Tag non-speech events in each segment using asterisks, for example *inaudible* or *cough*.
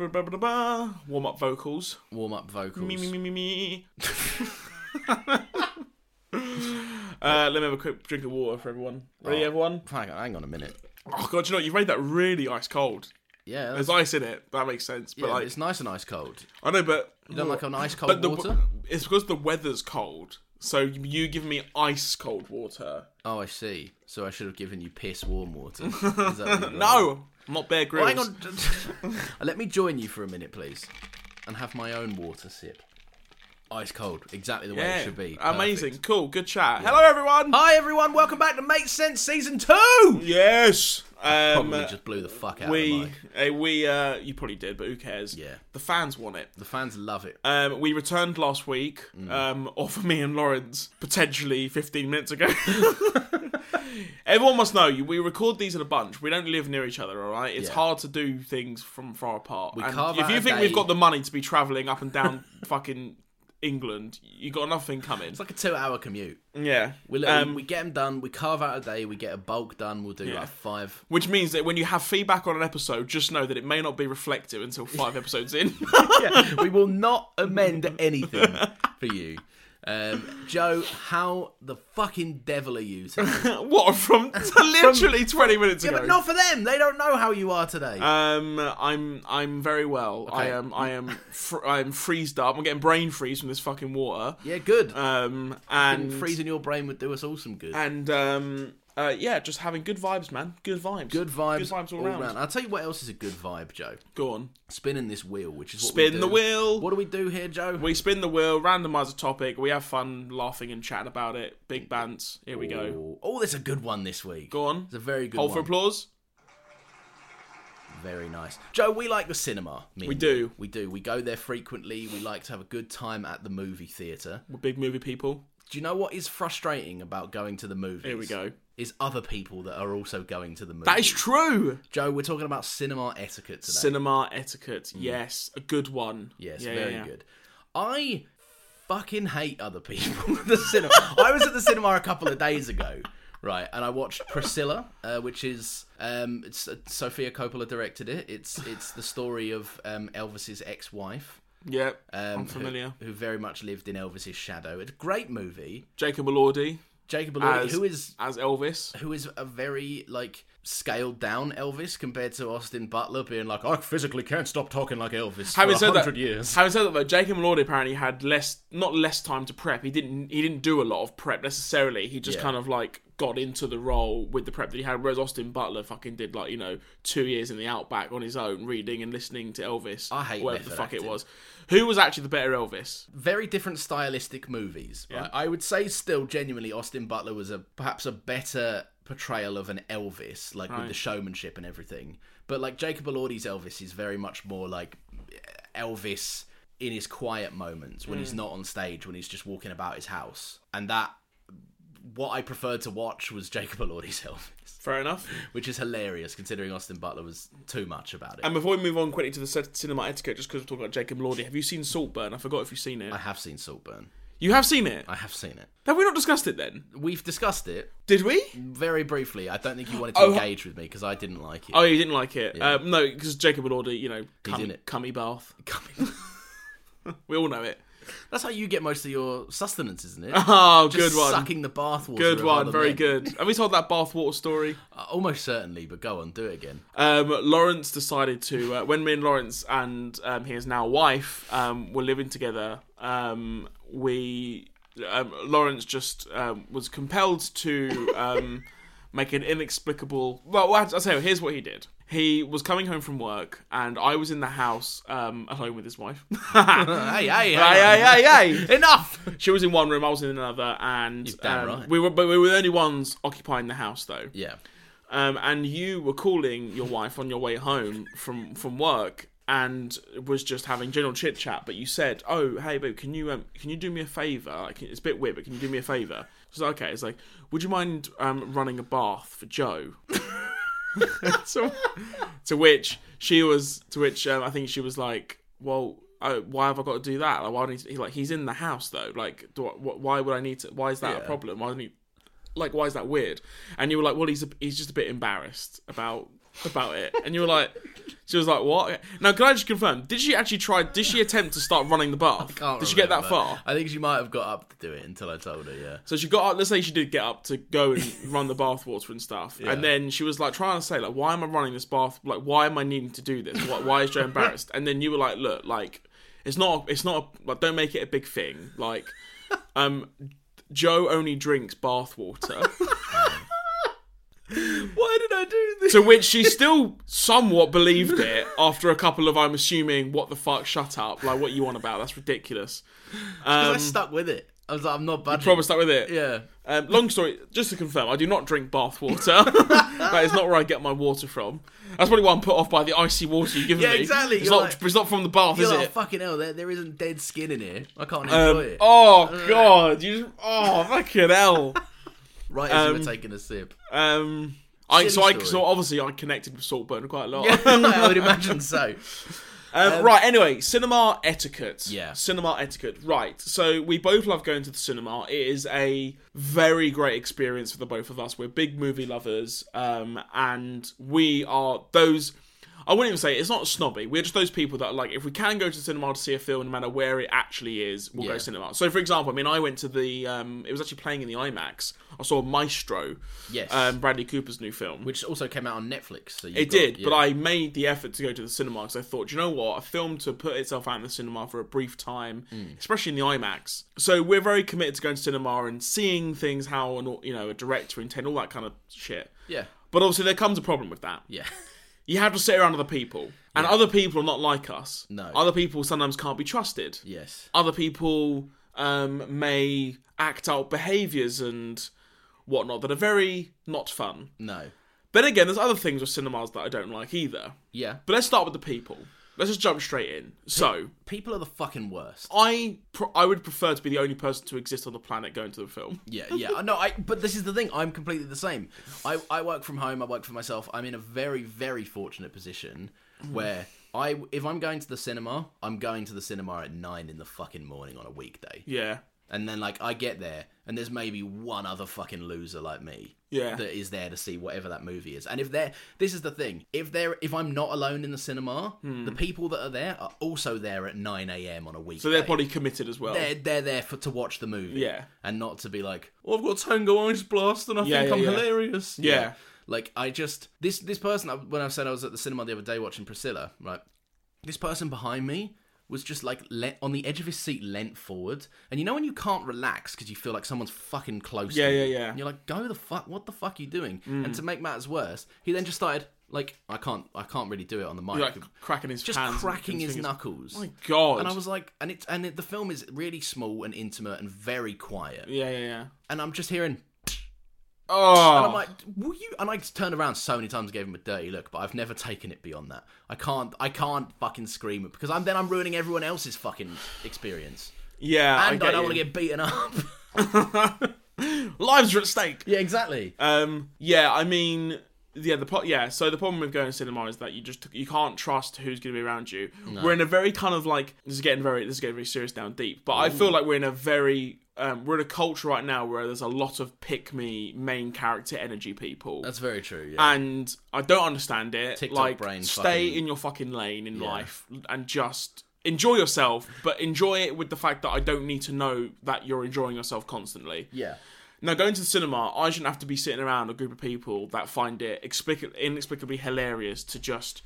Warm up vocals. Warm up vocals. Me, me, me, me, me. *laughs* Uh, let me have a quick drink of water for everyone. Ready, Oh. everyone? Hang on, hang on a minute. Oh, God, you know, what? you made that really ice cold. Yeah, that's- There's ice in it. That makes sense. But, yeah, like, it's nice and ice cold. I know, but. You don't like an ice but cold the, water? It's because the weather's cold. So you give me ice cold water. Oh, I see. So I should have given you piss warm water. Is that *laughs* what you'd rather? No! Oh, I'm not Bear Grylls. Hang on. *laughs* Let me join you for a minute, please, and have my own water sip. Ice cold, exactly the way Yeah. it should be. Amazing. Perfect. Cool. Good chat. Hello, everyone. Hi everyone, welcome back to Make Sense Season Two. Yes. Um, Probably just blew the fuck out of we, the mic. eh, we, uh, you probably did, but who cares? Yeah. The fans want it. The fans love it. Um, we returned last week, Mm. um, or for me and Lawrence, potentially 15 minutes ago. *laughs* Everyone must know, you- we record these in a bunch. We don't live near each other, all right? It's Yeah. hard to do things from far apart. And carve if out you a think we've day- got the money to be travelling up and down *laughs* fucking England, you got another thing coming. It's like a two-hour commute. Yeah. We let 'em- Um, we get them done. We carve out a day. We get a bulk done. We'll do Yeah. like five. Which means that when you have feedback on an episode, just know that it may not be reflective until *laughs* five episodes in. Yeah, we will not amend anything for you, um, Joe. How the fucking devil are you? *laughs* Today? *laughs* what from *laughs* literally twenty minutes ago? But not for them. They don't know how you are today. Um, I'm I'm very well. I Okay. am I am fr- I am freezed up. I'm getting brain freeze from this fucking water. yeah, good. Um, and Freezing your brain would do us all some good. and um, uh, yeah, just having good vibes, man. Good vibes. Good vibes, Good vibes all, round. I'll tell you what else is a good vibe, Joe. Go on. Spinning this wheel, which is what we Spin do. the wheel. What do we do here, Joe? We spin the wheel, randomize a topic. We have fun laughing and chatting about it. Big bants. Here we go. Ooh. Oh, there's a good one this week. Go on. It's a very good Hold one. for applause. Very nice. Joe, we like the cinema. me We and do. you. We do. We go there frequently. We like to have a good time at the movie theatre. We're big movie people. Do you know what is frustrating about going to the movies? Here we go. Is other people that are also going to the movies. That is true. Joe, we're talking about cinema etiquette today. Cinema etiquette. Yes, a good one. Mm. yes, Yeah, very yeah, yeah. good. I fucking hate other people *laughs* at the cinema. I was at the cinema a couple of days ago. Right, and I watched Priscilla, uh, which is um, it's, uh, Sophia Coppola directed it. It's it's the story of um, Elvis's ex-wife, Yeah, um, I'm who- familiar. Who, very much lived in Elvis's shadow. It's a great movie. Jacob Elordi Jacob Elordi, As- who is as Elvis. who is a very like scaled down Elvis compared to Austin Butler, being like, I physically can't stop talking like Elvis Having for said that, hundred years. having said that, though, Jacob Elordi apparently had less, not less time to prep. He didn't, he didn't do a lot of prep necessarily. He just Yeah. kind of like got into the role with the prep that he had. Whereas Austin Butler fucking did like you know two years in the outback on his own, reading and listening to Elvis. I hate whatever the method fuck it acting. was. Who was actually the better Elvis? Very different stylistic movies. Right? I would say still genuinely Austin Butler was a perhaps a better portrayal of an Elvis, like with the showmanship and everything. But like Jacob Elordi's Elvis is very much more like Elvis in his quiet moments when Mm. he's not on stage, when he's just walking about his house. And that what I preferred to watch was Jacob Elordi's *laughs* Elvis. Fair enough. which is hilarious considering Austin Butler was too much about it. And before we move on quickly to the set- cinema etiquette, just because we're talking about Jacob Elordi, have you seen Saltburn? I forgot if you've seen it. I have seen Saltburn. You have seen it. I have seen it. Have we not discussed it then? We've discussed it Did we? very briefly. I don't think you wanted to engage with me because I didn't like it. Oh, you didn't like it? Um, no, because Jacob Elordi, you know, in cummy, it. cummy *laughs* bath. *laughs* Coming- We all know it. That's how you get most of your sustenance, *laughs* isn't it? Oh, Just good one. Sucking the bathwater. Good of one. other Very men. good. Have we told that bathwater story? Uh, Almost certainly, but go on, do it again. Um, Lawrence decided to, uh, when me and Lawrence and um, his now wife um, were living together, um, we. Um, Lawrence just um, was compelled to um, make an inexplicable. Well, I tell you, here's what he did. He was coming home from work, and I was in the house um, alone with his wife. *laughs* Uh, hey, hey, hey, Aye, aye, aye, aye. Enough. She was in one room, I was in another, and damn um, right. we were, but we were the only ones occupying the house though. Yeah. Um, and you were calling your wife on your way home from from work, and was just having general chit chat. But you said, "Oh, hey, babe, can you um, can you do me a favor? Like, it's a bit weird, but can you do me a favor?" She's like, "Okay." It's like, "Would you mind um, running a bath for Joe?" so, *laughs* to which she was, to which um, I think she was like, "Well, oh, why have I got to do that? Like, why don't he, like he's in the house though? Like, do I, wh- why would I need to? Why is that a problem? Why don't he, like, why is that weird?" And you were like, "Well, he's a, he's just a bit embarrassed about about it, and you were like, she was like, "What?" Now, can I just confirm? Did she actually try? Did she attempt to start running the bath? Can't did she get that remember. far? I think she might have got up to do it until I told her. Yeah. So she got up. Let's say she did get up to go and run the bath water and stuff, and then she was like trying to say like, "Why am I running this bath? Like, why am I needing to do this? Why, why is Joe embarrassed?" And then you were like, "Look, like, it's not. It's not. A, like, don't make it a big thing. Like, um, Joe only drinks bath water." Why did I do this? To which she still somewhat believed it after a couple of, I'm assuming, what the fuck, shut up. Like, what you on about? That's ridiculous. Um, I stuck with it. I was like, I'm not budging. Promise that with it. Yeah. Um, long story, just to confirm, I do not drink bath *laughs* water. that is not where I get my water from. That's probably why I'm put off by the icy water you've given Yeah, me. exactly. It's You're not, like- it's not from the bath, You're is like, it? fucking hell, there, there isn't dead skin in here. I can't Um, enjoy it. Uh, oh, God. You just, *laughs* oh, fucking hell. right as you were taking *laughs* a sip. *laughs* Um, I, Silly so, I, story. so obviously I connected with Saltburn quite a lot. *laughs* I would imagine so. Um, right, anyway, cinema etiquette. Yeah. Cinema etiquette. Right. So we both love going to the cinema. It is a very great experience for the both of us. We're big movie lovers. Um, and we are those. I wouldn't even say it's not snobby. We're just those people that are like, if we can go to the cinema to see a film, no matter where it actually is, we'll go Yeah. to cinema. So, for example, I mean, I went to the. Um, it was actually playing in the IMAX. I saw Maestro. Yes. Um, Bradley Cooper's new film. Which also came out on Netflix. So you It got- did, yeah. but I made the effort to go to the cinema because I thought, you know what, a film to put itself out in the cinema for a brief time, Mm. especially in the IMAX. So we're very committed to going to cinema and seeing things how an au- you know a director intend all that kind of shit. Yeah. But obviously there comes a problem with that. Yeah. *laughs* You have to sit around other people, and other people are not like us. No. other people sometimes can't be trusted. yes. Other people um, may act out behaviours and whatnot that are very not fun. No. Then again, there's other things with cinemas that I don't like either. Yeah. But let's start with the people. Let's just jump straight in. So, People are the fucking worst. I pr- I would prefer to be the only person to exist on the planet going to the film. Yeah, yeah. No, I. But this is the thing. I'm completely the same. I, I work from home. I work for myself. I'm in a very, very fortunate position Mm. where I, if I'm going to the cinema, I'm going to the cinema at nine in the fucking morning on a weekday, Yeah. and then like I get there, and there's maybe one other fucking loser like me. Yeah. That is there to see whatever that movie is, and if they're this is the thing, if they're if I'm not alone in the cinema, Hmm. the people that are there are also there at nine a.m. on a weekday. So they're probably committed as well. they're they're there for to watch the movie, Yeah. and not to be like, oh, I've got Tango Ice Blast and I Yeah, think yeah, I'm yeah. hilarious. Yeah. like I just this this person I- when I said I was at the cinema the other day watching Priscilla, right? This person behind me was just like le- on the edge of his seat, leant forward, and you know when you can't relax because you feel like someone's fucking close. Yeah, to yeah, you? yeah. And you're like, go the fuck, what the fuck are you doing? And to make matters worse, he then just started like, I can't, I can't really do it on the mic. like cracking his just hands and cracking his fingers. knuckles. My God. And I was like, and it's and it, the film is really small and intimate and very quiet. yeah, yeah, yeah. And I'm just hearing, Oh. and I'm like, will you? And I just turned around so many times, and gave him a dirty look, but I've never taken it beyond that. I can't, I can't fucking scream it because I'm then I'm ruining everyone else's fucking experience, yeah. and I, get don't you. want to get beaten *laughs* up. Lives are at stake. yeah, exactly. Um, yeah, I mean, yeah, the pro- yeah. So the problem with going to cinema is that you just you can't trust who's going to be around you. We're in a very kind of like this is getting very this is getting very serious down deep, but I feel like we're in a very um, we're in a culture right now where there's a lot of pick me main character energy people. That's very true. Yeah. and I don't understand it. TikTok like, brain stay fucking- in your fucking lane in life and just enjoy yourself, but enjoy it with the fact that I don't need to know that you're enjoying yourself constantly. yeah. Now, going to the cinema, I shouldn't have to be sitting around a group of people that find it explic- inexplicably hilarious to just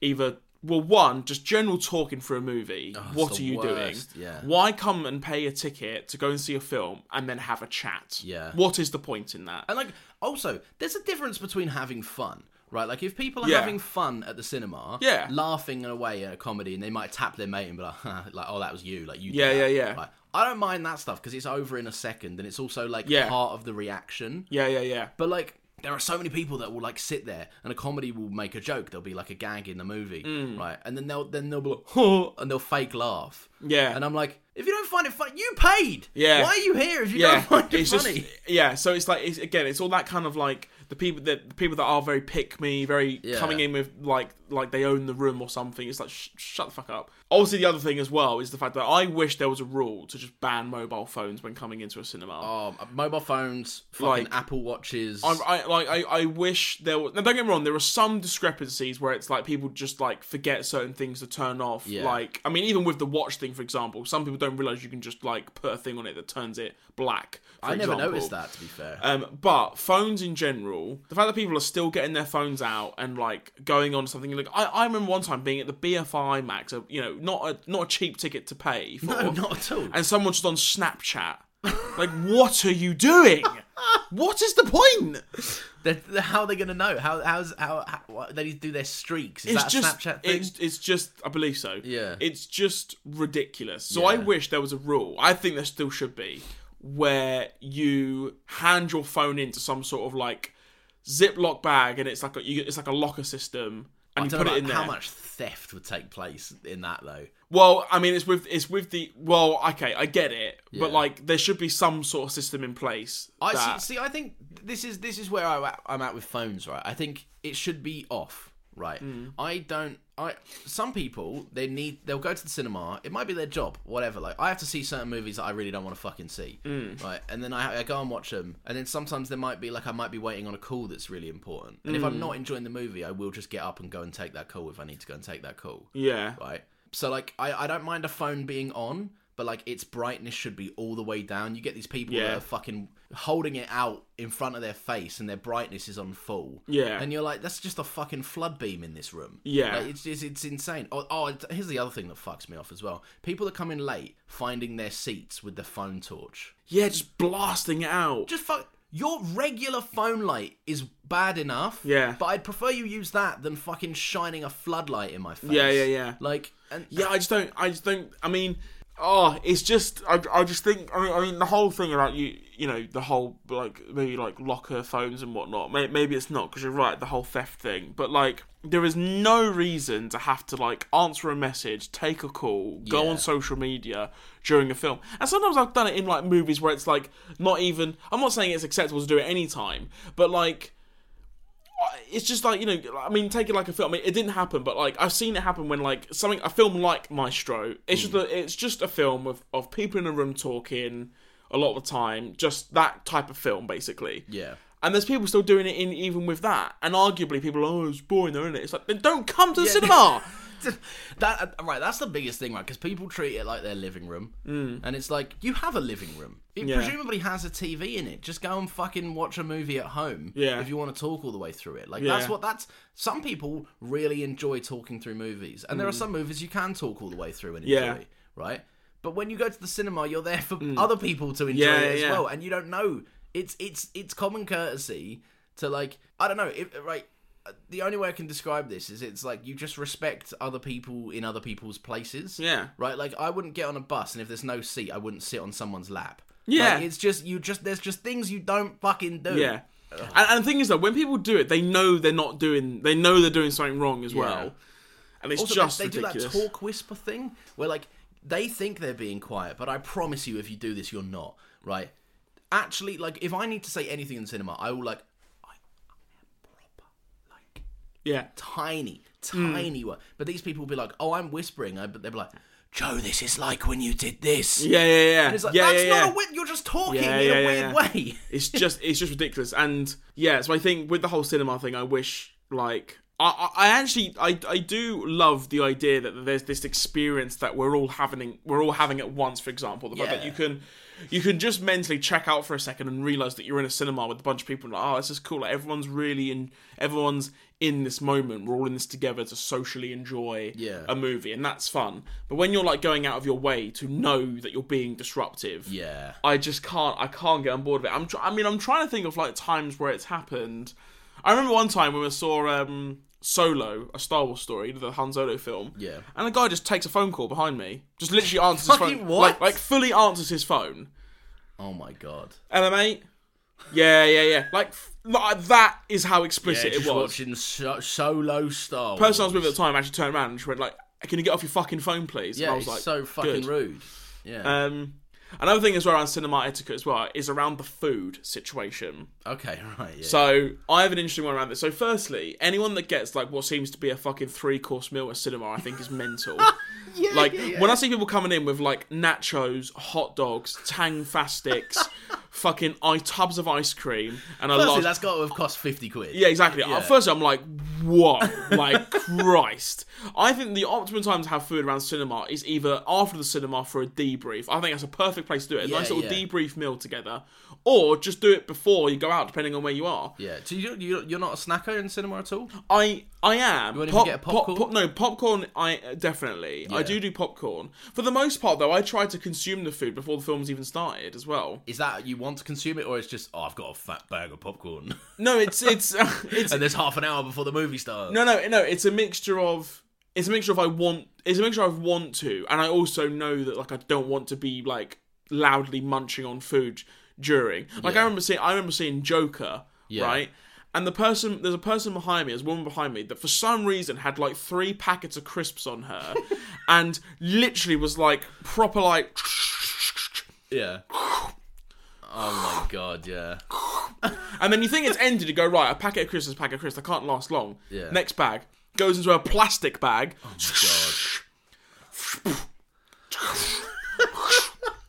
either, well, one, just general talking for a movie. what it's are Oh, the you worst, doing? yeah. Why come and pay a ticket to go and see a film and then have a chat? Yeah. What is the point in that? And like, also, there's a difference between having fun, right? Like, if people are Yeah. having fun at the cinema, Yeah. laughing away at a comedy, and they might tap their mate and be like, like, *laughs* oh, that was you, like you. did Yeah, that." yeah, yeah. Like, I don't mind that stuff because it's over in a second, and it's also like Yeah. part of the reaction. Yeah, yeah, yeah. But like, there are so many people that will like sit there, and a comedy will Mm. make a joke. There'll be like a gag in the movie, right? And then they'll then they'll be like, and they'll fake laugh, Yeah. And I'm like, if you don't find it funny, you paid. Yeah. Why are you here if you yeah, don't find it it's funny? just yeah. So it's like it's, again, it's all that kind of like the people that the people that are very pick me, very Yeah. coming in with like like they own the room or something. It's like sh- shut the fuck up. Obviously, the other thing as well is the fact that I wish there was a rule to just ban mobile phones when coming into a cinema. Oh, mobile phones, fucking Like- Apple watches. I, I like I, I wish there was. Now, don't get me wrong. There are some discrepancies where it's like people just like forget certain things to turn off. Yeah. Like I mean, even with the watch thing, for example, some people don't realize you can just like put a thing on it that turns it black. for I never example. noticed that. To be fair, Um, but phones in general, the fact that people are still getting their phones out and like going on something like I, I remember one time being at the BFI Max, a, you know, not a not a cheap ticket to pay for, *laughs* *laughs* no, not at all. and someone's just on Snapchat. like, what are you *laughs* doing? what is the point? They're- they're- how are they going to know? How how's how, how what, they do their streaks? Is that a just Snapchat thing? It's, it's just I believe so. Yeah. It's just ridiculous. So I Yeah. wish there was a rule. I think there still should be where you hand your phone into some sort of like Ziploc bag and it's like a you, it's like a locker system and I you don't put know it in about there. how much theft would take place in that though. Well, I mean it's with it's with the well, okay, I get it, but Yeah. like there should be some sort of system in place. I that- see, see. I think this is this is where I'm at, I'm at with phones, right? I think it should be off, right? I don't. I some people they need they'll go to the cinema. It might be their job, whatever. Like I have to see certain movies that I really don't want to fucking see, right? And then I, I go and watch them, and then sometimes there might be like I might be waiting on a call that's really important, and if I'm not enjoying the movie, I will just get up and go and take that call if I need to go and take that call Yeah. right? So like I, I don't mind a phone being on, but like its brightness should be all the way down. You get these people that Yeah. are fucking holding it out in front of their face and their brightness is on full. Yeah. And you're like, that's just a fucking flood beam in this room. Yeah. Like, it's, it's it's insane. Oh, oh it's- here's the other thing that fucks me off as well. People that come in late finding their seats with the phone torch. Yeah, just blasting it out. Just fuck your regular phone light is bad enough. Yeah. But I'd prefer you use that than fucking shining a floodlight in my face. Yeah, yeah, yeah. Like and Yeah, I just don't. I just don't. I mean, oh, it's just. I, I just think. I mean, I mean, the whole thing about you. You know, the whole like maybe like locker phones and whatnot. May, maybe it's not because you're right. The whole theft thing, but like there is no reason to have to like answer a message, take a call, go Yeah. on social media during a film. And sometimes I've done it in like movies where it's like not even. I'm not saying it's acceptable to do it any time, but like it's just like you know i mean take it like a film I mean, it didn't happen but like i've seen it happen when like something a film like maestro it's Hmm. just a, it's just a film of, of people in a room talking a lot of the time just that type of film basically Yeah. and there's people still doing it in even with that and arguably people are oh it's boring they're in it it's like then don't come to the cinema *laughs* that uh, right that's the biggest thing right because people treat it like their living room and it's like you have a living room it Mm. Yeah. presumably has a tv in it just go and fucking watch a movie at home Yeah. if you want to talk all the way through it like Yeah. that's what that's some people really enjoy talking through movies and there are some movies you can talk all the way through and enjoy Mm. Yeah. Mm. right but when you go to the cinema you're there for other people to enjoy Yeah, it as yeah. well and you don't know it's it's it's common courtesy to like i don't know if right the only way I can describe this is it's like you just respect other people in other people's places. Yeah. Right? Like I wouldn't get on a bus and if there's no seat, I wouldn't sit on someone's lap. Yeah. Like, it's just you just there's just things you don't fucking do. yeah and, and the thing is though when people do it they know they're not doing they know they're doing something wrong as Yeah. well and it's Also, just they, they ridiculous do that talk whisper thing where like they think they're being quiet, but I promise you if you do this you're not, right? Actually, like if I need to say anything in cinema, I will like yeah tiny, Hmm. tiny one. But these people will be like, "Oh, I'm whispering," I, but they'll be like, "Joe, this is like when you did this." yeah yeah yeah It's like yeah, that's yeah, not yeah. a weird. You're just talking Yeah, in yeah, a yeah, weird yeah. *laughs* way. it's just it's just ridiculous and yeah so i think with the whole cinema thing i wish like i i I actually i i do love the idea that there's this experience that we're all having we're all having at once for example the fact that Yeah. you can you can just mentally check out for a second and realize that you're in a cinema with a bunch of people and like, oh this is cool like everyone's really in everyone's in this moment we're all in this together to socially enjoy Yeah. a movie and that's fun but when you're like going out of your way to know that you're being disruptive Yeah, I just can't. I can't get on board with it. I'm. Tr- I mean, I'm trying to think of like times where it's happened. I remember one time when we saw um, Solo, a Star Wars story, the Han Solo film. Yeah. And a guy just takes a phone call behind me. Just *laughs* literally answers his Fucking phone. what? Like, like fully answers his phone. Oh my god. Hello, mate. Yeah, yeah, yeah. Like, f- like that is how explicit it was. watching so- solo Star. Person I was with at the time actually turned around and she went like, can you get off your fucking phone, please? Yeah, and I was it's like, so fucking good. rude. Yeah. Um, another thing as well around cinema etiquette as well is around the food situation. okay, *laughs* right. Yeah. So I have an interesting one around this. So firstly, anyone that gets like what seems to be a fucking three course meal at cinema, I *laughs* think is mental. like when I see people coming in with like nachos, hot dogs, Tang *laughs* fastics, fucking i tubs of ice cream, and a Firstly, large that's got to have cost fifty quid. yeah, exactly. At first, I'm like, *laughs* what? Like, Christ. I think the optimum time to have food around cinema is either after the cinema for a debrief. I think that's a perfect place to do it. A Yeah, nice little yeah. debrief meal together. Or just do it before you go out, depending on where you are. Yeah. So you, you you're not a snacker in cinema at all? I I am. won't even get pop- popcorn? pop- no, popcorn. I definitely. I Yeah. do do popcorn. For the most part, though, I try to consume the food before the film's even started as well. Is that you want to consume it, or it's just oh, I've got a fat bag of popcorn, *laughs* No, it's it's *laughs* it's and there's half an hour before the movie starts? No, no, no. It's a mixture of. It's a mixture of I want. It's a mixture of I want to, and I also know that like I don't want to be like loudly munching on food during. Like I remember seeing. I remember seeing Joker. Yeah. Right. And the person, there's a person behind me, there's a woman behind me that for some reason had like three packets of crisps on *laughs* her, and literally was like proper like. *sniffs* Yeah. Oh my god, yeah. And then you think it's ended, you go, right, a packet of crisps, is a packet of crisps, I can't last long. Yeah. Oh Next bag goes into a plastic bag. God. *laughs*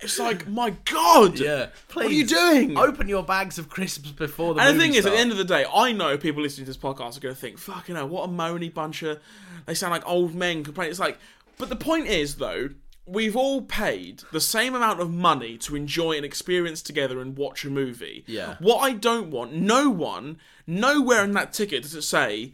It's like, my God! Yeah. Please. What are you doing? Open your bags of crisps before the And the movie thing is, at the starts. end of the day, I know people listening to this podcast are going to think, fucking hell, what a moany bunch of. They sound like old men complaining. It's like. But the point is, though, we've all paid the same amount of money to enjoy an experience together and watch a movie. Yeah. What I don't want, no one, nowhere in that ticket does it say.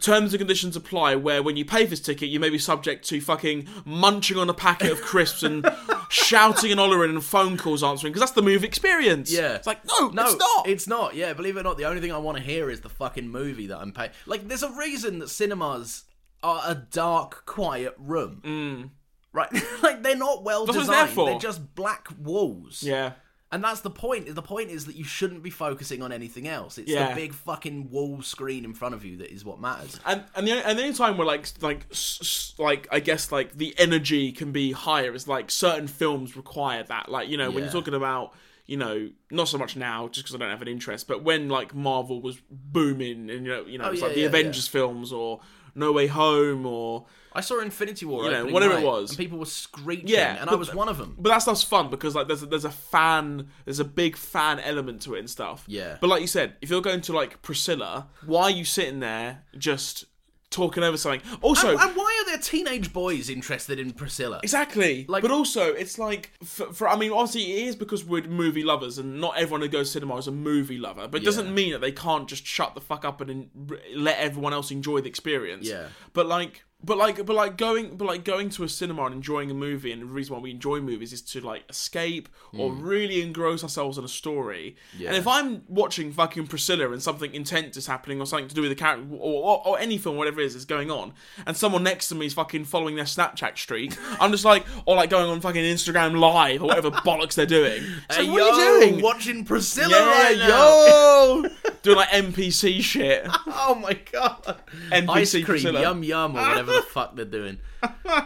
Terms and conditions apply. Where when you pay for this ticket, you may be subject to fucking munching on a packet of crisps and *laughs* shouting and hollering and phone calls answering because that's the movie experience. Yeah. it's like no, it's not. It's not. Yeah, believe it or not, the only thing I want to hear is the fucking movie that I'm paying. Like, there's a reason that cinemas are a dark, quiet room. Right? *laughs* like, they're not well Mm. That's what it's there designed. for. They're just black walls. yeah. And that's the point. The point is that you shouldn't be focusing on anything else. It's Yeah. the big fucking wall screen in front of you that is what matters. and and the, only- and the only time where like s- like s- s- like I guess like the energy can be higher is like certain films require that. Like you know when you're Yeah. talking about you know not so much now just because I don't have an interest, but when like Marvel was booming and you know you know it's Oh, yeah, like the yeah, Avengers films or No Way Home or I saw Infinity War, know, opening whatever it night, was. and people were screeching, Yeah, and I but- was one of them. but that stuff's fun because like there's a, there's a fan there's a big fan element to it and stuff. Yeah. But like you said, if you're going to like Priscilla, why are you sitting there just talking over something? Also, And why are there teenage boys interested in Priscilla? Exactly. Like- but also, it's like, for, for I mean, obviously, it is because we're movie lovers, and not everyone who goes to cinema is a movie lover. But it doesn't Yeah. mean that they can't just shut the fuck up and en- let everyone else enjoy the experience. Yeah. But like, but like, but like going, but like going to a cinema and enjoying a movie, and the reason why we enjoy movies is to like escape or Hmm. really engross ourselves in a story. And if I'm watching fucking Priscilla and something intense is happening or something to do with the character or, or, or any film, whatever it is, is going on, and someone next to me is fucking following their Snapchat streak, I'm just like, *laughs* or like going on fucking Instagram Live or *laughs* whatever bollocks they're doing. It's like, Hey, what yo, are you doing? Watching Priscilla Yeah, right *laughs* now. *laughs* yo, doing like NPC shit. Oh my god. NPC Ice cream, Priscilla. yum yum, or *laughs* whatever the fuck they're doing.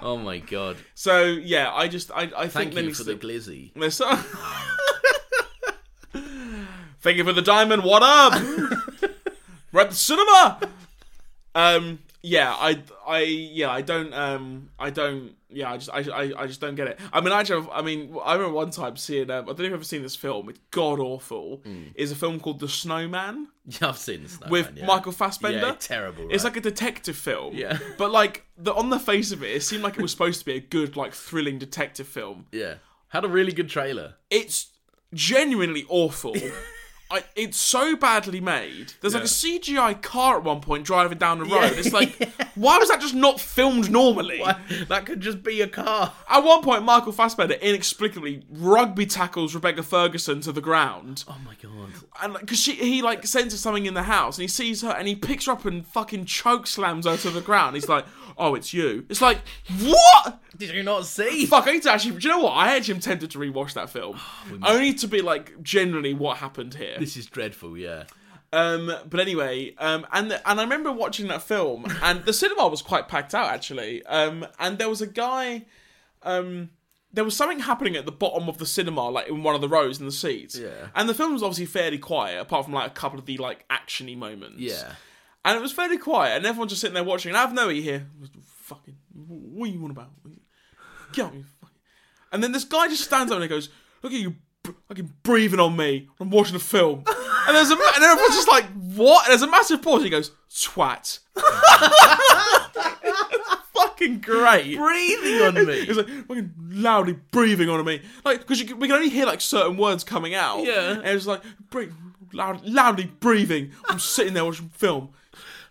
Oh my god. So yeah, I just I, I think Thank there you needs for to- the glizzy. *laughs* There's so- Thank you for the diamond. What up? We're at the cinema. Um. Yeah. I. I. Yeah. I don't. Um. I don't. Yeah. I just. I. I, I just don't get it. I mean. I actually. have- I mean. I remember one time seeing. Um, I don't know if you've ever seen this film. It's god awful. Hmm. Is a film called The Snowman Yeah, I've seen this with Michael Fassbender. Yeah, terrible. It's right? like a detective film. Yeah. But like the on the face of it, it seemed like it was supposed to be a good, like thrilling detective film yeah. Had a really *laughs* good trailer. it's genuinely *laughs* awful. I, it's so badly made. There's like a Yeah. CGI car at one point driving down the road. *laughs* Yeah. It's like, why was that just not filmed normally? that could just be a car. At one point, Michael Fassbender inexplicably rugby tackles Rebecca Ferguson to the ground, Oh my god. and because she he like senses something in the house, and he sees her, and he picks her up and fucking choke slams her to the ground. He's like, "Oh, it's you." It's like, what? Did you *laughs* not see? Fuck, I need to actually. Do you know what? I actually am tempted *sighs* to rewatch that film, only to be like, generally, what happened here? This is dreadful, yeah. Um, but anyway, um, and the, and I remember watching that film, and the cinema was quite packed out actually. Um, and there was a guy, um, there was something happening at the bottom of the cinema, like in one of the rows in the seats. Yeah. And the film was obviously fairly quiet, apart from like a couple of the like actiony moments. Yeah. And it was fairly quiet, and everyone's just sitting there watching. And I have no here. Fucking, what are you on about? Get out, you fucking. And then this guy just stands up and he goes, "Look at you, br- fucking breathing on me. I'm watching a film." And there's a, ma- and everyone's just like, "What?" And there's a massive pause. And he goes, "Twat." *laughs* fucking great. Breathing on me. It's like fucking loudly breathing on me, like because we can only hear like certain words coming out. Yeah. and it's like break, loud, loudly breathing. I'm sitting there watching film.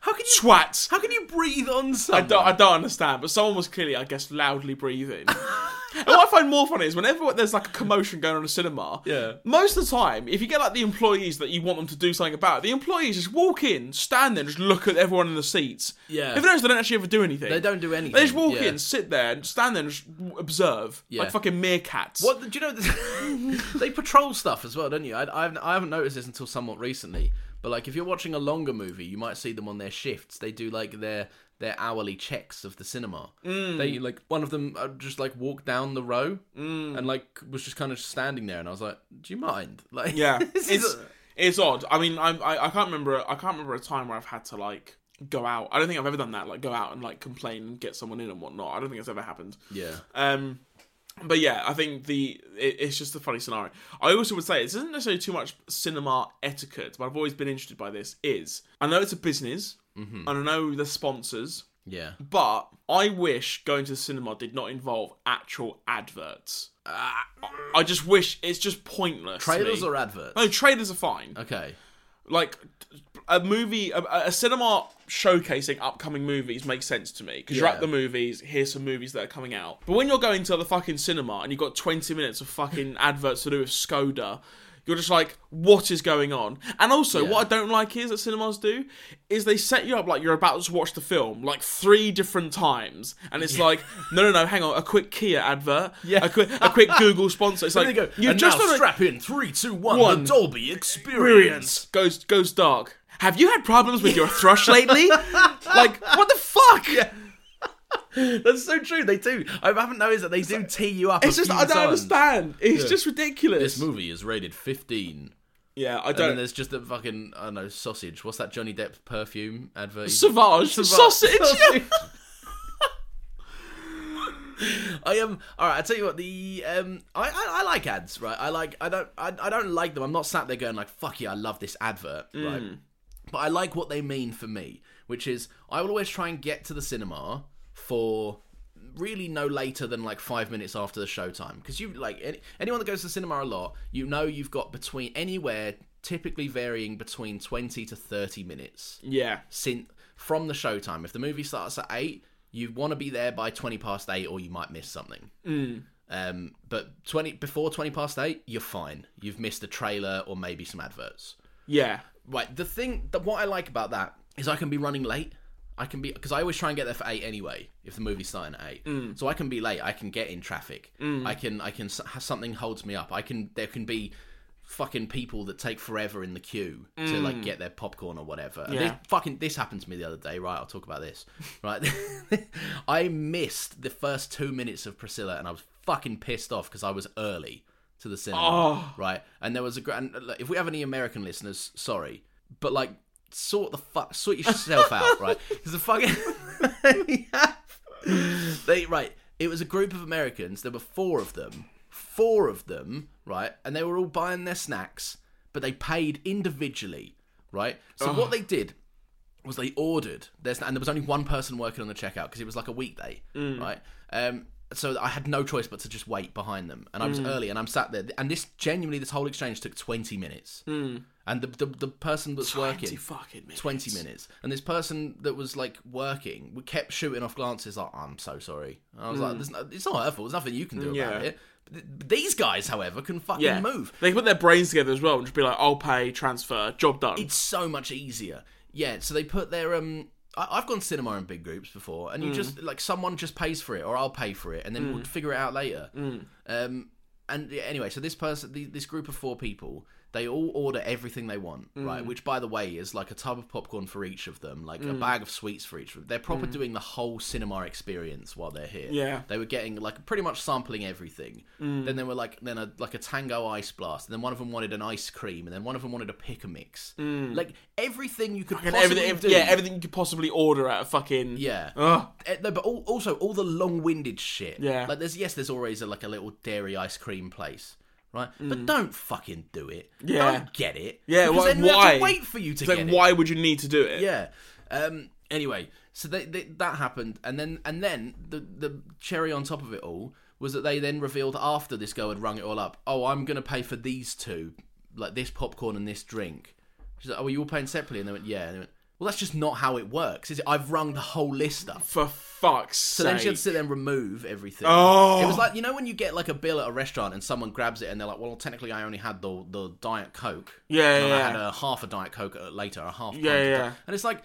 How can you? Twat. How can you breathe on I someone? don't, I don't understand, but someone was clearly, I guess, loudly *laughs* breathing. and what I find more funny is whenever there's like a commotion going on in a cinema, Yeah. most of the time, if you get like the employees that you want them to do something about, the employees just walk in, stand there, and just look at everyone in the seats. Yeah. If you notice, they don't actually ever do anything. They don't do anything. They just walk yeah. in, sit there, and stand there, and just observe. Yeah. Like fucking meerkats. What do you know? *laughs* they patrol stuff as well, don't you? I, I, haven't, I haven't noticed this until somewhat recently. But like, if you're watching a longer movie, you might see them on their shifts. They do like their their hourly checks of the cinema. Mm. They like one of them uh, just like walked down the row Mm. and like was just kind of standing there, and I was like, "Do you mind?" *laughs* Like, Yeah. this is it's, it's odd. I mean, I'm, I, I can't remember, I can't remember a time where I've had to like go out. I don't think I've ever done that, like go out and like complain and get someone in and whatnot. I don't think it's ever happened. yeah, Um, but yeah, I think the it, it's just a funny scenario. I also would say this isn't necessarily too much cinema etiquette, but I've always been interested by this. Is I know it's a business, Mm-hmm. and I know the sponsors, yeah. but I wish going to the cinema did not involve actual adverts. Uh, Ah. I just wish it's just pointless. to Trailers me. or adverts? no trailers are fine. Okay. Like a movie, a, a cinema showcasing upcoming movies makes sense to me because you're Yeah. at the movies. Here's some movies that are coming out. But when you're going to the fucking cinema and you've got 20 minutes of *laughs* fucking adverts to do with Skoda. You're just like, what is going on? And also, what I don't like is that cinemas do is they set you up like you're about to watch the film like three different times, and it's like, no, no, no, hang on, a quick Kia advert, Yeah. a quick, a quick Google sponsor. It's *laughs* There like you go. you've and just now done a- strap in three, two, one. One. The Dolby experience experience. goes goes dark. Have you had problems with your thrush *laughs* lately? like what the fuck? That's so true. They do. I haven't noticed that they do tee you up. It's just I don't understand. It's just ridiculous. This movie is rated 15. yeah, I And then don't. there's just a fucking, I don't know, sausage. What's that Johnny Depp perfume advert? Savage, *laughs* sausage. Sausage. I am all right. I tell you what, the um, I, I I like ads, right? I like I don't I, I don't like them. I'm not sat there going like, fuck yeah, I love this advert, right? But I like what they mean for me, which is I will always try and get to the cinema for really no later than like five minutes after the showtime because you like any, anyone that goes to the cinema a lot you know you've got between anywhere typically varying between 20 to 30 minutes Yeah, since from the showtime. If the movie starts at eight, you want to be there by twenty past eight, or you might miss something. Um, but twenty before twenty past eight, you're fine. You've missed a trailer or maybe some adverts. yeah, Right. The thing that what I like about that is I can be running late. I can be because I always try and get there for eight anyway. If the movie's starting at eight, Mm. so I can be late. I can get in traffic. I can. I can. s- Something holds me up. I can. There can be fucking people that take forever in the queue to like get their popcorn or whatever. And this, Mm. Yeah. fucking this happened to me the other day. Right. I'll talk about this. *laughs* Right. I missed the first two minutes of Priscilla, and I was fucking pissed off because I was early to the cinema Oh. right? And there was a grand. If we have any American listeners, sorry, but like, sort the fuck, sort yourself out, right? Because the *laughs* fucking *laughs* they right. It was a group of Americans. There were four of them. Four of them, right? And they were all buying their snacks, but they paid individually, right? So what they did was they ordered there's and there was only one person working on the checkout because it was like a weekday right um so i had no choice but to just wait behind them and i was early and i'm sat there and this genuinely this whole exchange took 20 minutes and the, the the person that's working fucking minutes. 20 minutes and this person that was like working we kept shooting off glances like i'm so sorry and i was like There's no, it's not her fault there's nothing you can do Hmm. Mm, Yeah. about it Th- these guys however can fucking Yeah, move They can put their brains together as well and just be like, "I'll pay, transfer, job done." it's so much easier. Yeah, so they put their um. I, I've gone cinema in big groups before, and you just like someone just pays for it, or I'll pay for it, and then we'll figure it out later. Um, and yeah, anyway, so this person, the, this group of four people, They all order everything they want, right? Which, by the way, is like a tub of popcorn for each of them, like a bag of sweets for each of them. They're proper doing the whole cinema experience while they're here. Yeah. They were getting like pretty much sampling everything. Mm. Then they were like then a like a tango ice blast, and then one of them wanted an ice cream, and then one of them wanted a pick a mix. Like everything you could And possibly Mm. everything, ev- do. yeah, everything you Uh. could possibly order at a fucking Yeah. Ugh. Eh, no, but all, also all the long-winded shit. Yeah. Like there's yes, there's always a, like a little dairy ice cream place, right? But don't fucking do it. Mm. Yeah. Don't get it. Yeah, Because why- then we have why? to wait for you to It's get like, it. why would you need to do it? Yeah. Um. Anyway, so they, they, that happened, and then and then the the cherry on top of it all was that they then revealed after this girl had rung it all up. Oh, I'm gonna pay for these two, like this popcorn and this drink. She's like, oh, are you all paying separately? And they went, yeah. And they went, well, that's just not how it works. Is it? I've rung the whole list up. For fuck's So sake. then she had to sit there and remove everything. Oh. It was like you know when you get like a bill at a restaurant and someone grabs it and they're like, "Well, technically I only had the the diet coke." Yeah, And I yeah, had yeah. a half a diet coke uh, later, a half. pint Yeah, of yeah. Diet- And it's like,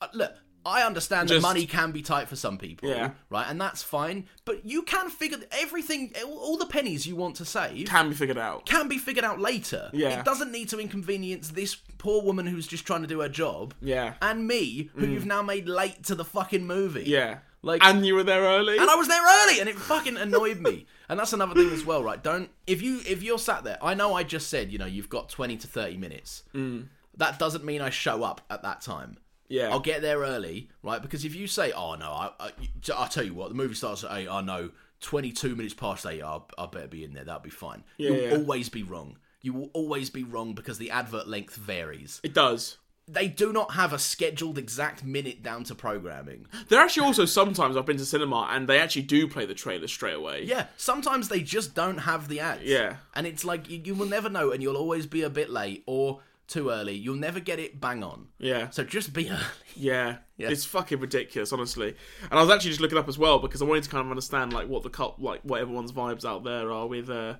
uh, look, I understand that Just- money can be tight for some people, Yeah. right? And that's fine, but you can figure everything, all- all the pennies you want to save. Can be figured out. can be figured out later. Yeah. It doesn't need to inconvenience this poor woman who's just trying to do her job. Yeah. Mm. And me, who you've now made late to the fucking movie. Yeah. Like- and you were there early. And I was there early, and it fucking annoyed me. And that's another thing as well, right? Don't if you if you're sat there. I know I just said you know you've got twenty to thirty minutes. Mm. That doesn't mean I show up at that time. Yeah. I'll get there early, right? Because if you say, "Oh no, I I, I tell you what, the movie starts at eight. I know twenty two minutes past eight. I I better be in there. That'll be fine." You'll yeah. always be wrong. You will always be wrong because the advert length varies. it does. They do not have a scheduled exact minute down to programming. There are actually also sometimes I've been to cinema and they actually do play the trailer straight away. Yeah, sometimes they just don't have the ads. Yeah. And it's like you, you will never know and you'll always be a bit late or too early. You'll never get it bang on. Yeah. So just be early. *laughs* Yeah. It's fucking ridiculous, honestly. And I was actually just looking up as well because I wanted to kind of understand like what the cult like what everyone's vibes out there are with uh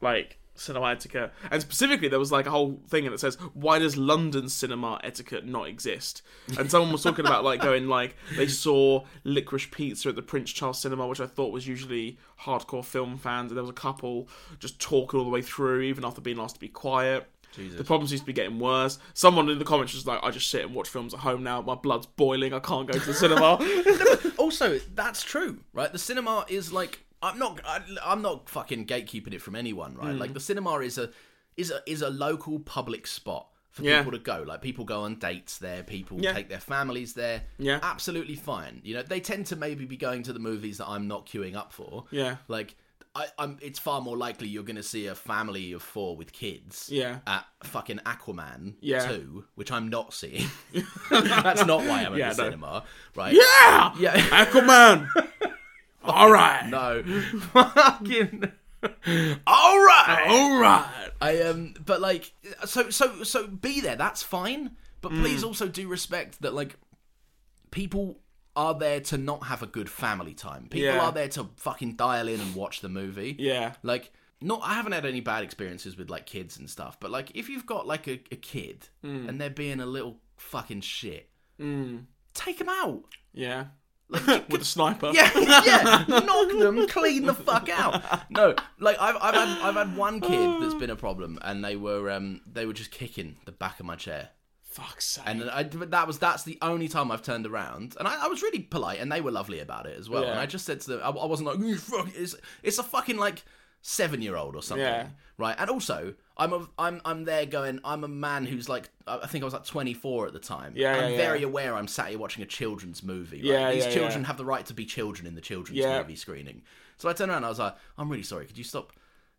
like cinema etiquette. And specifically there was like a whole thing and it says, Why does London cinema etiquette not exist? And someone was talking about like going like they saw licorice pizza at the Prince Charles cinema, which I thought was usually hardcore film fans, and there was a couple just talking all the way through, even after being asked to be quiet. The problem seems to be getting worse. Someone in the comments was like, I just sit and watch films at home now. My blood's boiling. I can't go to the cinema. also, that's true, right? The cinema is like I'm not I, I'm not fucking gatekeeping it from anyone, Mm. right? Like the cinema is a is a is a local public spot for Yeah. people to go. Like people go on dates there, people Yeah. take their families there. Yeah. Absolutely fine. You know, they tend to maybe be going to the movies that I'm not queuing up for. Yeah. Like I, I'm, it's far more likely you're going to see a family of four with kids. Yeah. At fucking Aquaman Yeah. 2, which I'm *laughs* not seeing. That's not why I'm at Yeah, the no. cinema, right? yeah! Yeah. Aquaman! All right. *laughs* No. Fucking. All right. All right. I um, but like, so so so be there. That's fine. But Mm. please also do respect that like, people are there to not have a good family time. People Yeah. are there to fucking dial in and watch the movie. Yeah. Like, not I haven't had any bad experiences with like kids and stuff. But like, if you've got like a, a kid and they're being a little fucking shit, take them out. Yeah. *laughs* With a sniper. Yeah, yeah. Knock them clean the fuck out. No, like I've, I've had I've had one kid that's been a problem, and they were um they were just kicking the back of my chair, Fuck's sake. and then I but that was that's the only time I've turned around, and I, I was really polite, and they were lovely about it as well, and Yeah. I just said to them, I, I wasn't like "You fuck, it's it's a fucking like seven year old or something, Yeah. right? And also. I'm a, I'm I'm there going. I'm a man who's like I I think I was like 24 at the time. Yeah, I'm yeah, very yeah. aware I'm sat here watching a children's movie. Right? Yeah, these yeah, children yeah. have the right to be children in the children's Yeah. movie screening. So I turned around and I was like, I'm really sorry. Could you stop?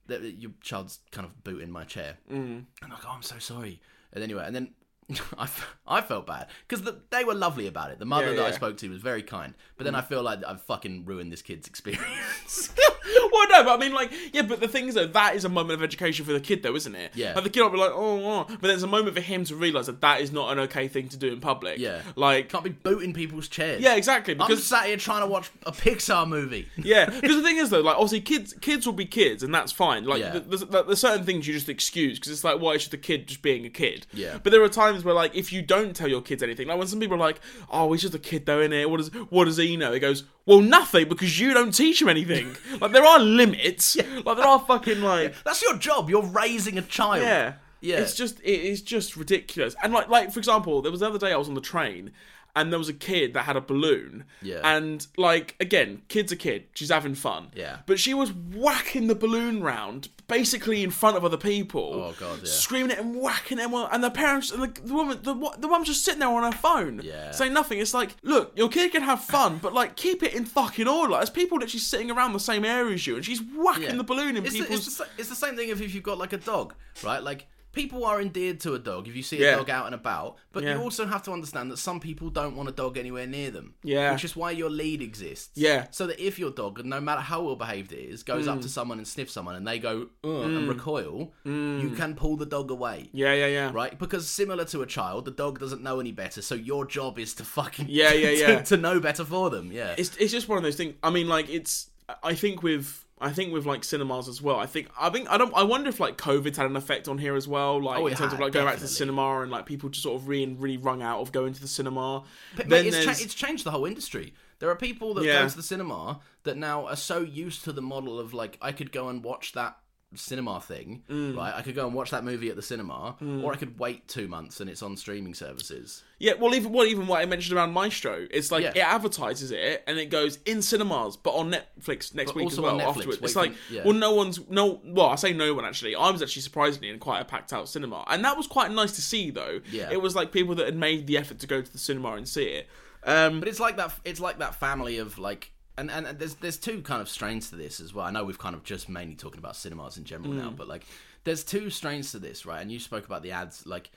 Th- th- Your child's kind of booting my chair. Mm. And I'm like, oh, I'm so sorry. And anyway, and then *laughs* I, f- I felt bad because the, they were lovely about it. The mother Yeah, Mm. that I yeah. spoke to was very kind. But then I feel like I've fucking ruined this kid's *laughs* experience. *laughs* well, no, but I mean, like, yeah, but the thing is, though, that is a moment of education for the kid, though, isn't it? Yeah. Like, the kid will be like, oh, oh. but there's a moment for him to realise that that is not an okay thing to do in public. Yeah. Like, Can't be booting people's chairs. yeah, exactly. I'm Because sat here trying to watch a Pixar movie. yeah, because the thing is though, like obviously kids, kids will be kids, and that's fine. Like Yeah. th- there's, like, there's certain things you just excuse because it's like, well, it's just a kid just being a kid. Yeah. But there are times where like if you don't tell your kids anything, like when some people are like, oh, he's just a kid though, innit? What does what does he know? He goes, well, nothing because you don't teach him *laughs* anything. like there are limits. Like there are fucking like That's your job. You're raising a child. Yeah. Yeah. It's just it is just ridiculous. And like like for example, there was the other day I was on the train and there was a kid that had a balloon. Yeah. And like again, kid's a kid. She's having fun. Yeah. But she was whacking the balloon round basically in front of other people. Oh, God, yeah. Screaming it and whacking it and, well, and the parents and the, the woman the wo- the woman's just sitting there on her phone. Yeah. Saying nothing. It's like, look, your kid can have fun, but like keep it in fucking order. There's people literally sitting around the same area as you and she's whacking Yeah. the balloon in it's the, people's it's, the, sa- it's the same thing if, if you've got like a dog, right? Like people are endeared to a dog if you see a Yeah. dog out and about, but Yeah. you also have to understand that some people don't want a dog anywhere near them. Yeah. which is why your lead exists. Yeah. Mm. so that if your dog, and no matter how well behaved it is, goes up to someone and sniffs someone, and they go "Ugh," and recoil, you Mm. can pull the dog away. Yeah, yeah, yeah. Right, because similar to a child, the dog doesn't know any better. So your job is to fucking Yeah, yeah, *laughs* to- yeah. to know better for them. Yeah, it's it's just one of those things. I mean, like it's. I think with I think with like cinemas as well. I think I think I don't. I wonder if like COVID's had an effect on here as well. Like Oh, it in terms of had, like going back to the definitely. cinema and like people just sort of really really wrung out of going to the cinema. But then it's, cha- there's it's changed the whole industry. There are people that Yeah. go to the cinema that now are so used to the model of like I could go and watch that cinema thing, Mm. right? I could go and watch that movie at the cinema, or I could wait two months and it's on streaming services. yeah. Well, even well, even what I mentioned around Maestro, it's like Yeah. it advertises it and it goes in cinemas, but on Netflix next week as also on well. Netflix, afterwards, wait it's like for- yeah. well, no one's no. Well, I say no one actually. I was actually surprisingly in quite a packed out cinema, and that was quite nice to see though. Yeah. it was like people that had made the effort to go to the cinema and see it. Um, But it's like that. It's like that family of like. And, and and there's there's two kind of strains to this as well. I know we've kind of just mainly talking about cinemas in general Mm. now, but like there's two strains to this, right? And you spoke about the ads. Like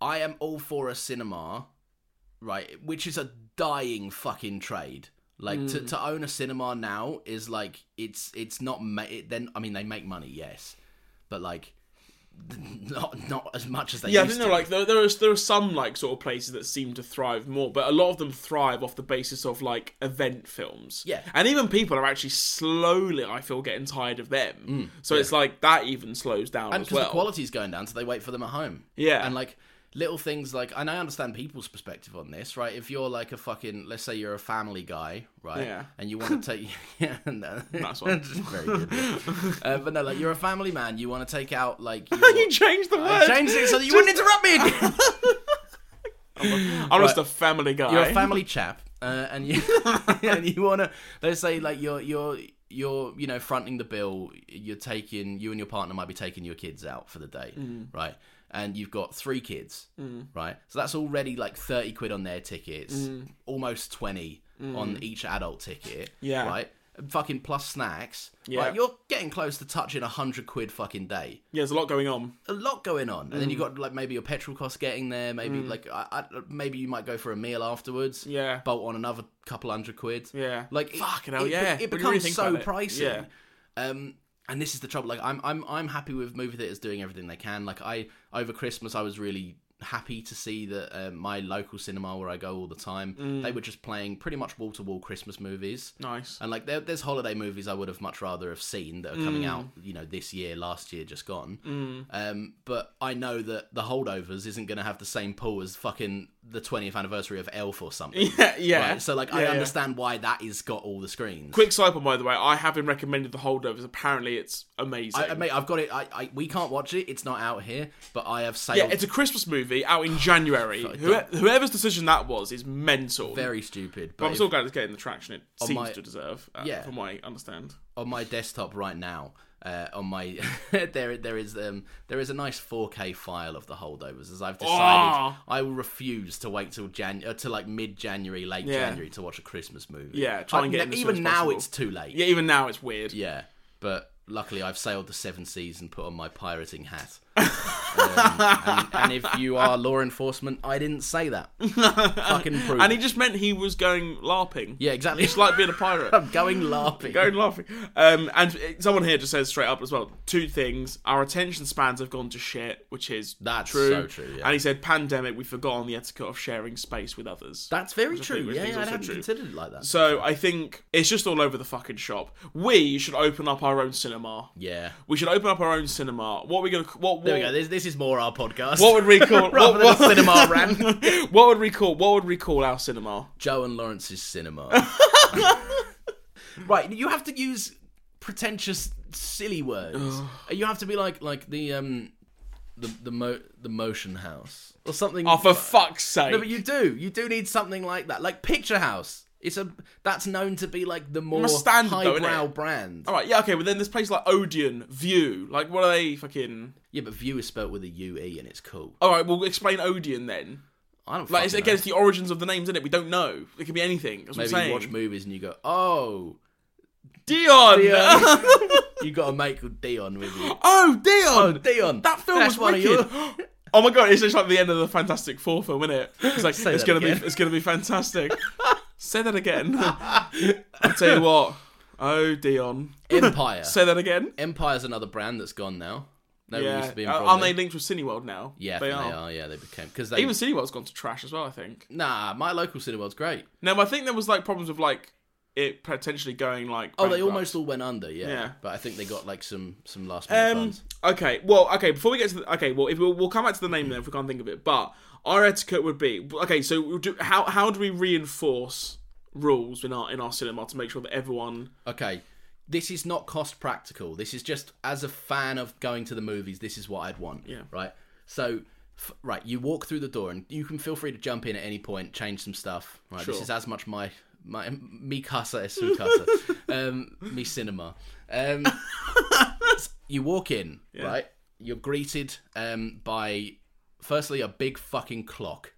I am all for a cinema, right? Which is a dying fucking trade. Like Mm. to, to own a cinema now is like it's it's not ma- it, then I mean they make money, yes, but like *laughs* not not as much as they Yeah, I think used they're to. like there, there are there are some like sort of places that seem to thrive more, but a lot of them thrive off the basis of like event films. Yeah. and even people are actually slowly, I feel, getting tired of them. so it's like that even slows down and as because well. the quality's going down, so they wait for them at home. Yeah. and like little things like, and I understand people's perspective on this, right? If you're like a fucking, let's say you're a family guy, right? Yeah. and you want to take, *laughs* yeah, no. *laughs* Nice one. very good. uh, but no, like you're a family man, you want to take out like *laughs* you your, changed the word. I changed it so that you wouldn't interrupt me again. I'm just a family guy. you're a family chap, uh, and *laughs* you *laughs* and you want to let's say like you're you're you're you know fronting the bill. You're taking you and your partner might be taking your kids out for the day, Mm. right? And you've got three kids, right? So that's already like thirty quid on their tickets, Mm. almost twenty on each adult ticket, Yeah. right? Fucking plus snacks, Yeah. right? You're getting close to touching a hundred quid fucking day yeah, there's a lot going on. a lot going on, and then you Mm. got like maybe your petrol costs getting there. Maybe like I, I, maybe you might go for a meal afterwards. Yeah. bolt on another couple hundred quid. Yeah. like Fucking it, hell, it, yeah. it When you really becomes think so about it, pricey. yeah. Um, and this is the trouble. Like I'm, I'm, I'm happy with movie theaters doing everything they can. Like I over Christmas, I was really happy to see that uh, my local cinema where I go all the time, Mm. they were just playing pretty much wall to wall Christmas movies. Nice. And like there, there's holiday movies I would have much rather have seen that are coming Mm. out, you know, this year, last year, just gone. Um, but I know that the holdovers isn't going to have the same pull as fucking the 20th anniversary of Elf or something. *laughs* Yeah, yeah. Right? So like Yeah, I yeah. understand why that is got all the screens. Quick side by the way, I have been recommended the holdovers. Apparently, it's amazing. I, I- mate, I've got it. I, I we can't watch it. It's not out here. But I have saved. yeah, it's a Christmas movie out in January. Who, whoever's decision that was is mental. very stupid. But But I'm if- still glad it's getting the traction it seems my- to deserve, uh, Yeah. from what I understand. on my desktop right now uh, on my *laughs* there there is um there is a nice 4K file of the holdovers as I've Oh. decided I will refuse to wait till Jan uh, to like mid January late Yeah. January to watch a Christmas movie Yeah, try and Like, get in as soon even as now possible. it's too late Yeah, even now it's weird. Yeah, but luckily I've sailed the seven seas and put on my *laughs* pirating hat um, and, and if you are law enforcement I didn't *laughs* say that fucking prove And it. he just meant he was going LARPing. yeah exactly It's like being a pirate. I'm going LARPing going LARPing. Um, and it- someone here just says straight up as well two things. Our attention spans have gone to shit, which is That's true. so true, yeah. And he said, pandemic, we've forgotten the etiquette of sharing space with others. that's very I true think- which yeah, is yeah I also hadn't true. considered it like that so I think it's just all over the fucking shop. We should open up our own cinema. yeah We should open up our own cinema. What are we gonna? What? There we what- go. This, this is more our podcast. What would we *laughs* call Rather what, than a what, *laughs* cinema rant. what would we call what would we call our cinema? Joe and *laughs* Lawrence's cinema. *laughs* right, you have to use pretentious, silly words. you have to be like like the um the the mo- the motion house or something. Oh, for fuck's sake! no, but you do you do need something like that, like Picture House. It's a that's known to be like the more must stand, though, innit? highbrow brand. All right, yeah, okay, but then there's places like Odeon, View. Like, what are they fucking? Yeah, but View is spelt with a U E and it's cool. All right, well, explain Odeon then. I don't Like, it's, fucking again, know. it's the origins of the names, is it? We don't know. It could be anything. That's Maybe what I'm you saying. watch movies and you go, oh, Dion. Dion. you got a Michael Dion with you. *laughs* oh, Dion. Dion. That film That's was one of your- wicked. Oh my god, it's just like the end of the Fantastic Four film, isn't it? It's *laughs* like it's that gonna be again. it's gonna be *laughs* fantastic. Say that again. I tell you what. Oh Dion. *gasps* Empire. Say that again. Empire's another brand that's gone now. No, it used Yeah. to be in Are- Aren't Bromley. they linked with Cineworld now? Yeah, I they think are. they are. Yeah, they became because they Even Cineworld's gone to trash as well, I think. nah. My local Cineworld's great. No, but I think there was like problems with like it potentially going like Oh, they bankrupt. almost all went under. Yeah, Yeah. but I think they got like some some last minute Um. funds. Okay. Well. Okay. Before we get to the, okay, well, if we'll, we'll come back to the name then if we can't think of it, but our etiquette would be okay. So we'll do, how how do we reinforce rules in our in our cinema to make sure that everyone? Okay, this is not cost practical. This is just as a fan of going to the movies. This is what I'd want. Yeah. Right. So. f- Right, you walk through the door, and you can feel free to jump in at any point, change some stuff. Right, Sure. this is as much my my mi casa es *laughs* su casa, um, mi cinema. Um, you walk in, right? You're greeted um, by, firstly, a big fucking clock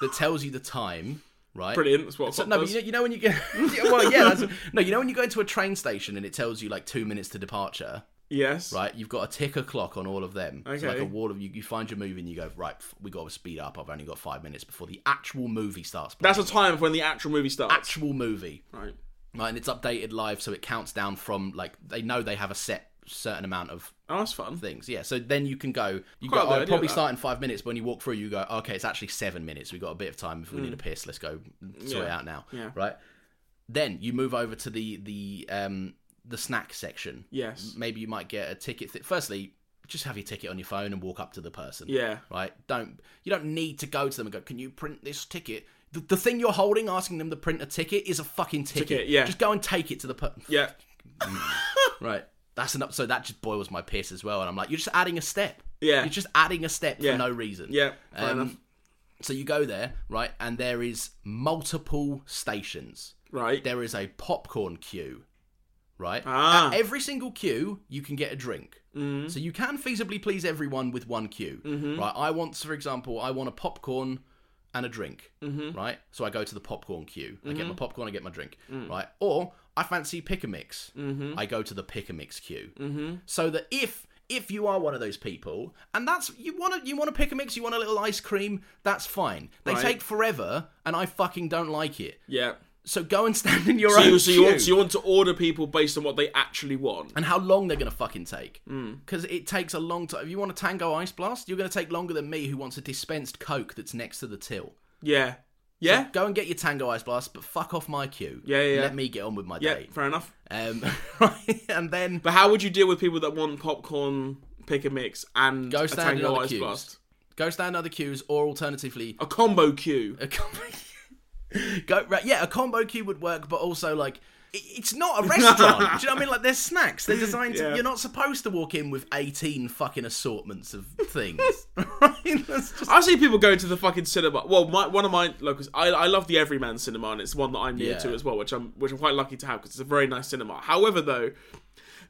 that tells you the time, right? Brilliant. That's what. So, I've no, got but first. you know, you know when you get *laughs* Yeah, well, yeah. That's, no, you know when you go into a train station and it tells you like two minutes to departure, yes. right? You've got a ticker clock on all of them. It's like Okay. a wall of you. You find your movie and you go right. f- We got to speed up. I've only got five minutes before the actual movie starts. playing. That's a time for when the actual movie starts. actual movie, right. right? And it's updated live, so it counts down from like they know they have a set certain amount of Oh, that's fun. things. Yeah, so then you can go. You Quite like go. the I'll idea probably of that. start in five minutes. But when you walk through, you go. Okay, it's actually seven minutes. We have got a bit of time. If we need a piss, let's go sort it Mm. Yeah. out now. Yeah. Right. Then you move over to the the um the snack section. Yes. Maybe you might get a ticket. Th- Firstly, just have your ticket on your phone and walk up to the person. Yeah. Right. Don't you don't need to go to them and go. Can you print this ticket? The, the thing you're holding, asking them to print a ticket, is a fucking ticket. Ticket, yeah. Just go and take it to the person. Yeah. Right. That's enough. So that just boils my piss as well. And I'm like, you're just adding a step. Yeah. You're just adding a step Yeah. for no reason. Yeah. Fair Um, enough. So you go there, right? And there is multiple stations. Right. There is a popcorn queue, right? Ah. Mm-hmm. At every single queue, you can get a drink. So you can feasibly please everyone with one queue, right? I want, for example, I want a popcorn and a drink, Mm-hmm. right? So I go to the popcorn queue. I get my popcorn, I get my drink, Mm. right? Or I fancy pick a mix. Mm-hmm. I go to the pick a mix queue, so that if if you are one of those people, and that's you want to you want to pick a mix, you want a little ice cream, that's fine. They Right. take forever, and I fucking don't like it. yeah. So go and stand in your So own you, so you queue want so you want to order people based on what they actually want. and how long they're going to fucking take. Hmm. Because it takes a long time. If you want a Tango Ice Blast, you're going to take longer than me, who wants a dispensed Coke that's next to the till. Yeah. Yeah. Go and get your Tango Ice Blast, but fuck off my queue. Yeah, yeah, yeah. Let me get on with my Yeah. day. Fair enough. Um, *laughs* right, and then But how would you deal with people that want popcorn, pick a mix, and Go a stand in Tango other Ice queues. Blast? go stand in other queues, or alternatively, A combo queue. a combo *laughs* go right, yeah, a combo queue would work, but also like. it- It's not a *laughs* restaurant. Do you know what I mean? Like, there's snacks. They're designed to. Yeah. You're not supposed to walk in with 18 fucking assortments *laughs* of things. *laughs* right? That's just- I see people going to the fucking cinema. Well, my, one of my locals, I, I love the Everyman cinema, and it's one that I'm near Yeah. to as well, which I'm which I'm quite lucky to have because it's a very nice cinema. However, though,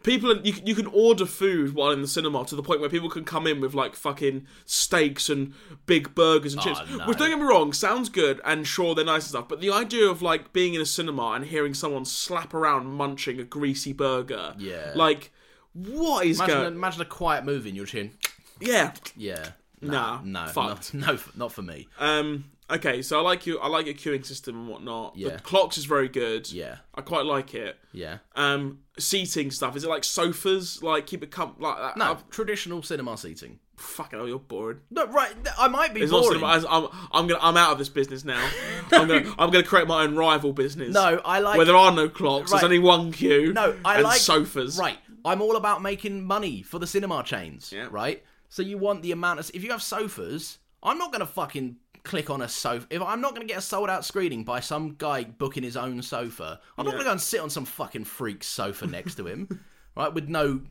people you can- you can order food while in the cinema to the point where people can come in with like fucking steaks and big burgers and chips. Oh, no. Which don't get me wrong, sounds good, and sure they're nice and stuff. But the idea of like being in a cinema and hearing someone slap around munching a greasy burger, Yeah. like what is Imagine, going? imagine a quiet movie and you're cheering. Yeah, Yeah. nah, No, fucked. not, *laughs* no, f- not for me. Um. Okay, so I like you. I like your queuing system and whatnot. Yeah. The clocks is very good. Yeah, I quite like it. yeah. Um, seating stuff. Is it like sofas? Like keep it com like that? No, I'm, traditional cinema seating. fucking hell, you're boring. No, right. th- I might be It's not boring. cinema. I'm, I'm I'm gonna I'm out of this business now. *laughs* I'm gonna I'm gonna create my own rival business. No, I like. Where there are no clocks, Right. there's only one queue. no, I and like sofas. Right. I'm all about making money for the cinema chains. Yeah. Right. So you want the amount of if you have sofas, I'm not gonna fucking click on a sofa. If I'm not gonna get a sold out screening by some guy booking his own sofa, I'm not gonna go and sit on some fucking *laughs* freak sofa next to him, right? With no.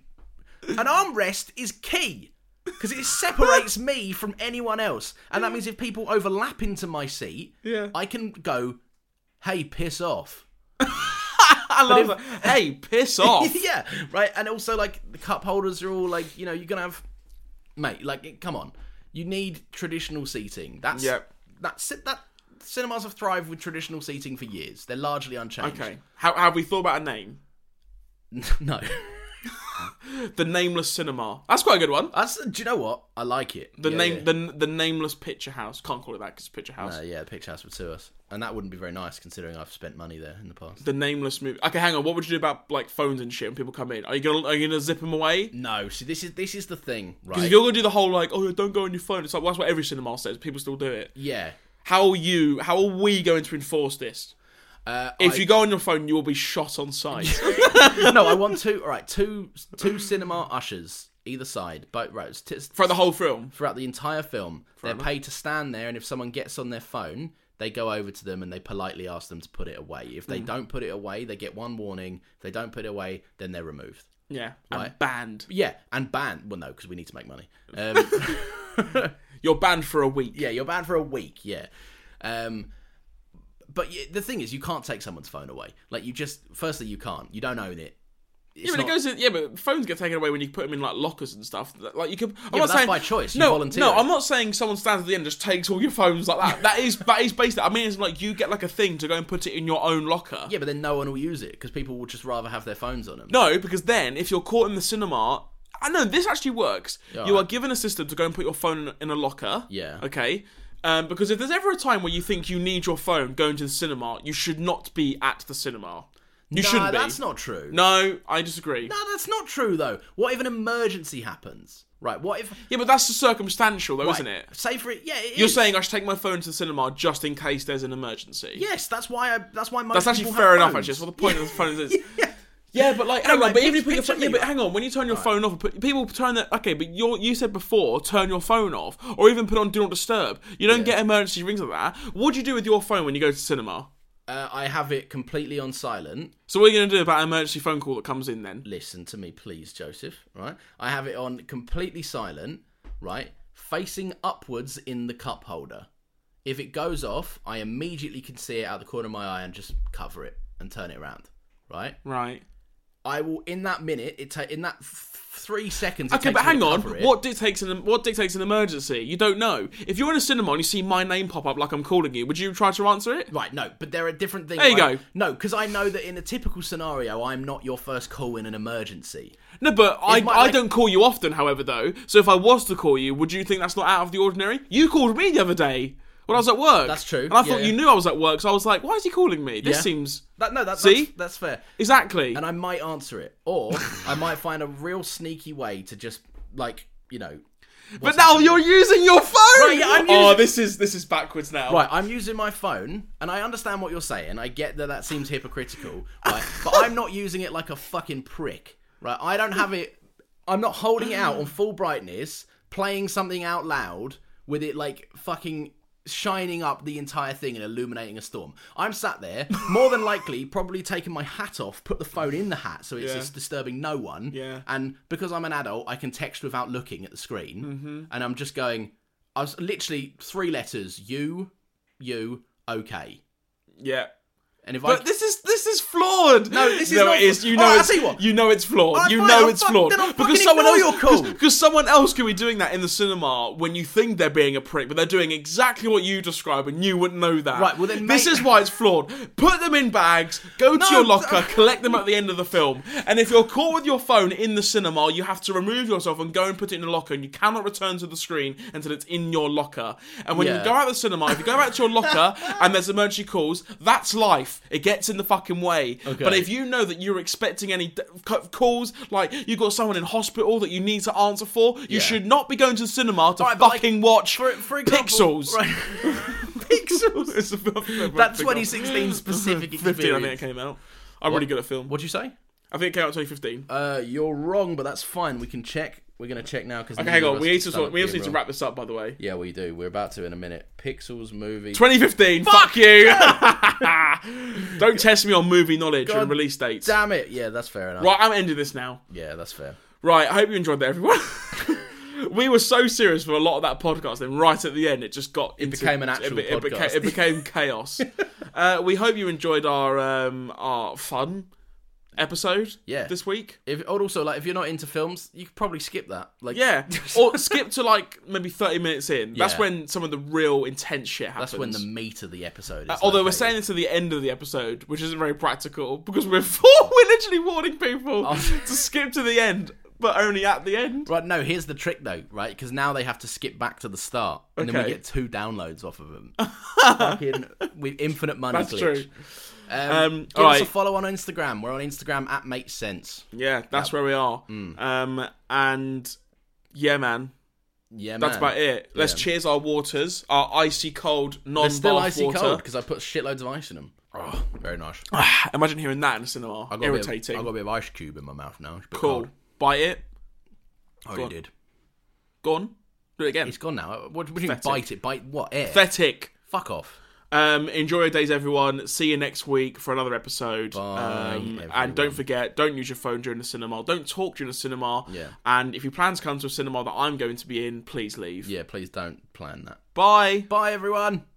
An armrest is key. because it separates me from anyone else, and that means if people overlap into my seat, Yeah. I can go, "Hey, piss off." I love that. Hey, piss off. *laughs* yeah, right. And also, like the cup holders are all like, you know, you're gonna have, mate. Like, it- come on, you need traditional seating. That's Yep. that's it. That cinemas have thrived with traditional seating for years. They're largely unchanged. okay. How have we thought about a name? *laughs* no, The nameless cinema. That's quite a good one. that's. Do you know what? I like it. The Uh, Yeah, name, yeah. the the nameless picture house. Can't call it that because it's picture house. Uh, yeah, Picture House would sue us, and that wouldn't be very nice considering I've spent money there in the past. The nameless movie. Okay, hang on. What would you do about like phones and shit when people come in? Are you gonna are you gonna zip them away? No, see, this is this is the thing, Because right? if you're gonna do the whole like, oh, don't go on your phone. It's like well, that's what every cinema says. People still do it. Yeah, How are you? How are we going to enforce this? uh, If I- you go on your phone, you will be shot on *laughs* sight. no, I want two. All right, two two cinema ushers either side, both right it's t- for the whole film. throughout the entire film. They're paid to stand there, and if someone gets on their phone, they go over to them and they politely ask them to put it away. If Hmm. they don't put it away, they get one warning. If they don't put it away, then they're removed. Yeah, and Right. banned. Yeah, and banned. Well, no, because we need to *laughs* make money. Um, You're banned for a week. yeah, you're banned for a week. Yeah. Um, but y- the thing is, you can't take someone's phone away. Like you just, firstly, you can't. You don't own it. It's Yeah, but not- it goes. In, yeah, but phones get taken away when you put them in like lockers and stuff. Like you could. I'm but not that's saying by choice. You No, volunteer no, it. I'm not saying someone stands at the end and just takes all your phones like that. That is that is basically. I mean, it's like you get like a thing to go and put it in your own locker. yeah, but then no one will use it because people will just rather have their phones on them. No, because then if you're caught in the cinema, I know this actually works. you right. are given a system to go and put your phone in a locker. Yeah. Okay. Um, because if there's ever a time where you think you need your phone going to the cinema, you should not be at the cinema. You Nah, shouldn't be. that's not true. No, I disagree. No, that's not true though. What if an emergency happens? Right. What if? Yeah, but that's circumstantial, though, isn't it? Say for it. Yeah. It You're is. saying I should take my phone to the cinema just in case there's an emergency. yes. That's why. I, that's why most. that's actually people fair have enough. phones. Actually, that's what the point of the phone is. *laughs* yeah. Yeah, but like, hang like, on, but even if pic- you put your picture phone, yeah, me, but right? hang on, when you turn your phone off, put, people turn their okay, but you you said before turn your phone off, or even put on do not disturb. You don't get emergency rings like that. What do you do with your phone when you go to cinema? Uh, I have it completely on silent. So what are you gonna do about an emergency phone call that comes in then? Listen to me, please, Joseph. Right. I have it on completely silent. Right. Facing upwards in the cup holder. If it goes off, I immediately can see it out the corner of my eye and just cover it and turn it around. Right. Right. I will in that minute. It ta- in that f- three seconds. It Okay, takes but me to hang on. cover it- What dictates an what dictates an emergency? You don't know. If you're in a cinema and you see my name pop up like I'm calling you, would you try to answer it? Right, no, but there are different things. There you right? go. No, because I know that in a typical scenario, I'm not your first call in an emergency. No, but I, my- I like- don't call you often, however, though. So if I was to call you, would you think that's not out of the ordinary? You called me the other day when I was at work. That's true, And I yeah, thought yeah. you knew I was at work, so I was like, why is he calling me? This Yeah. seems. That no, that, See? that's that's fair. Exactly. And I might answer it, or I might find a real sneaky way to just like you know. but now you're using your phone! Right, yeah, I'm Oh, using- this is this is backwards now. Right, I'm using my phone, and I understand what you're saying. I get that that seems hypocritical, right? but I'm not using it like a fucking prick, right? I don't have it. I'm not holding it out on full brightness, playing something out loud with it like fucking shining up the entire thing and illuminating a storm. I'm sat there, more than likely, probably taking my hat off, put the phone in the hat so it's Yeah. just disturbing no one. Yeah. And because I'm an adult, I can text without looking at the screen, Mm-hmm. and I'm just going. I was literally three letters. You, you, okay. Yeah. And if I But this is this is flawed. No, this is not- it is. You All right, know I'll it's tell you what. you know it's flawed. right, you fine, know I'll it's fuck- flawed then I'll because fucking someone ignore else your call. because someone else could be doing that in the cinema when you think they're being a prick, but they're doing exactly what you describe and you wouldn't know that. Right, well then this make- is why it's flawed. Put them in bags, go to your locker, th- collect them at the end of the film, and if you're caught with your phone in the cinema, you have to remove yourself and go and put it in a locker, and you cannot return to the screen until it's in your locker. And when you Yeah. go out of the cinema, if you go out to your locker and there's emergency calls, that's life. It gets in the fucking way. But if you know that you're expecting any d- c- calls, like you've got someone in hospital that you need to answer for, you Yeah. should not be going to the cinema to Right, but, like, fucking watch for- for example- Pixels. *laughs* Right. *laughs* Pixels. It's a film- That *laughs* 2016 specific 15, I think it experience. came out. I'm really good at film. What'd you say? I think it came out 2015. Uh, you're wrong, but that's fine. We can check. We're gonna check now because okay, hang on. We need to sort- we also need to wrap this up, by the way. Yeah, we do. We're about to in a minute. Pixels movie. 2015. Fuck, you. *laughs* Don't test me on movie knowledge and God release dates. Damn it! Yeah, that's fair enough. Right, I'm ending this now. Yeah, that's fair. Right, I hope you enjoyed that, everyone. *laughs* we were so serious for a lot of that podcast. Then right at the end, it just got It became an actual it, be- it podcast. Became, it became *laughs* chaos. uh, we hope you enjoyed our um, our fun episode. Yeah. this week. If, or also, like, if you're not into films, you could probably skip that. Like, *laughs* Yeah, or skip to like maybe thirty minutes in. That's Yeah. when some of the real intense shit happens. Uh, that's when the meat of the episode is. Although we're located. saying this at the end of the episode, which isn't very practical because we're *laughs* we're literally warning people Oh. to skip to the end, but only at the end. Right, no, here's the trick though, right? Because now they have to skip back to the start, and then Okay. we get two downloads off *laughs* of them. Fucking with infinite money That's glitch. true. Um, Um, give us a alright. follow on Instagram. We're on Instagram at Makes Sense. Yeah, that's where we are. Mm. Um, and yeah, man, Yeah, that's man. about it. Let's Yeah. cheers our waters, our icy cold They're still non-bath icy cold water. because I put shitloads of ice in them. Oh, very nice. *sighs* Imagine hearing that in a cinema. I got Irritating. A bit of, I got a bit of ice cube in my mouth now. It's a bit cool. cold. Bite it. Oh, Go you on. did. Go on. Do it again. It's gone now. What, what do you mean Pathetic. bite it? Bite what? Air? Pathetic. Fuck off. Um, enjoy your days, everyone. See you next week for another episode. um, Bye, everyone. and don't forget, don't use your phone during the cinema. Don't talk during the cinema. Yeah. And if you plan to come to a cinema that I'm going to be in, please leave. Yeah, please don't plan that. Bye. Bye, everyone.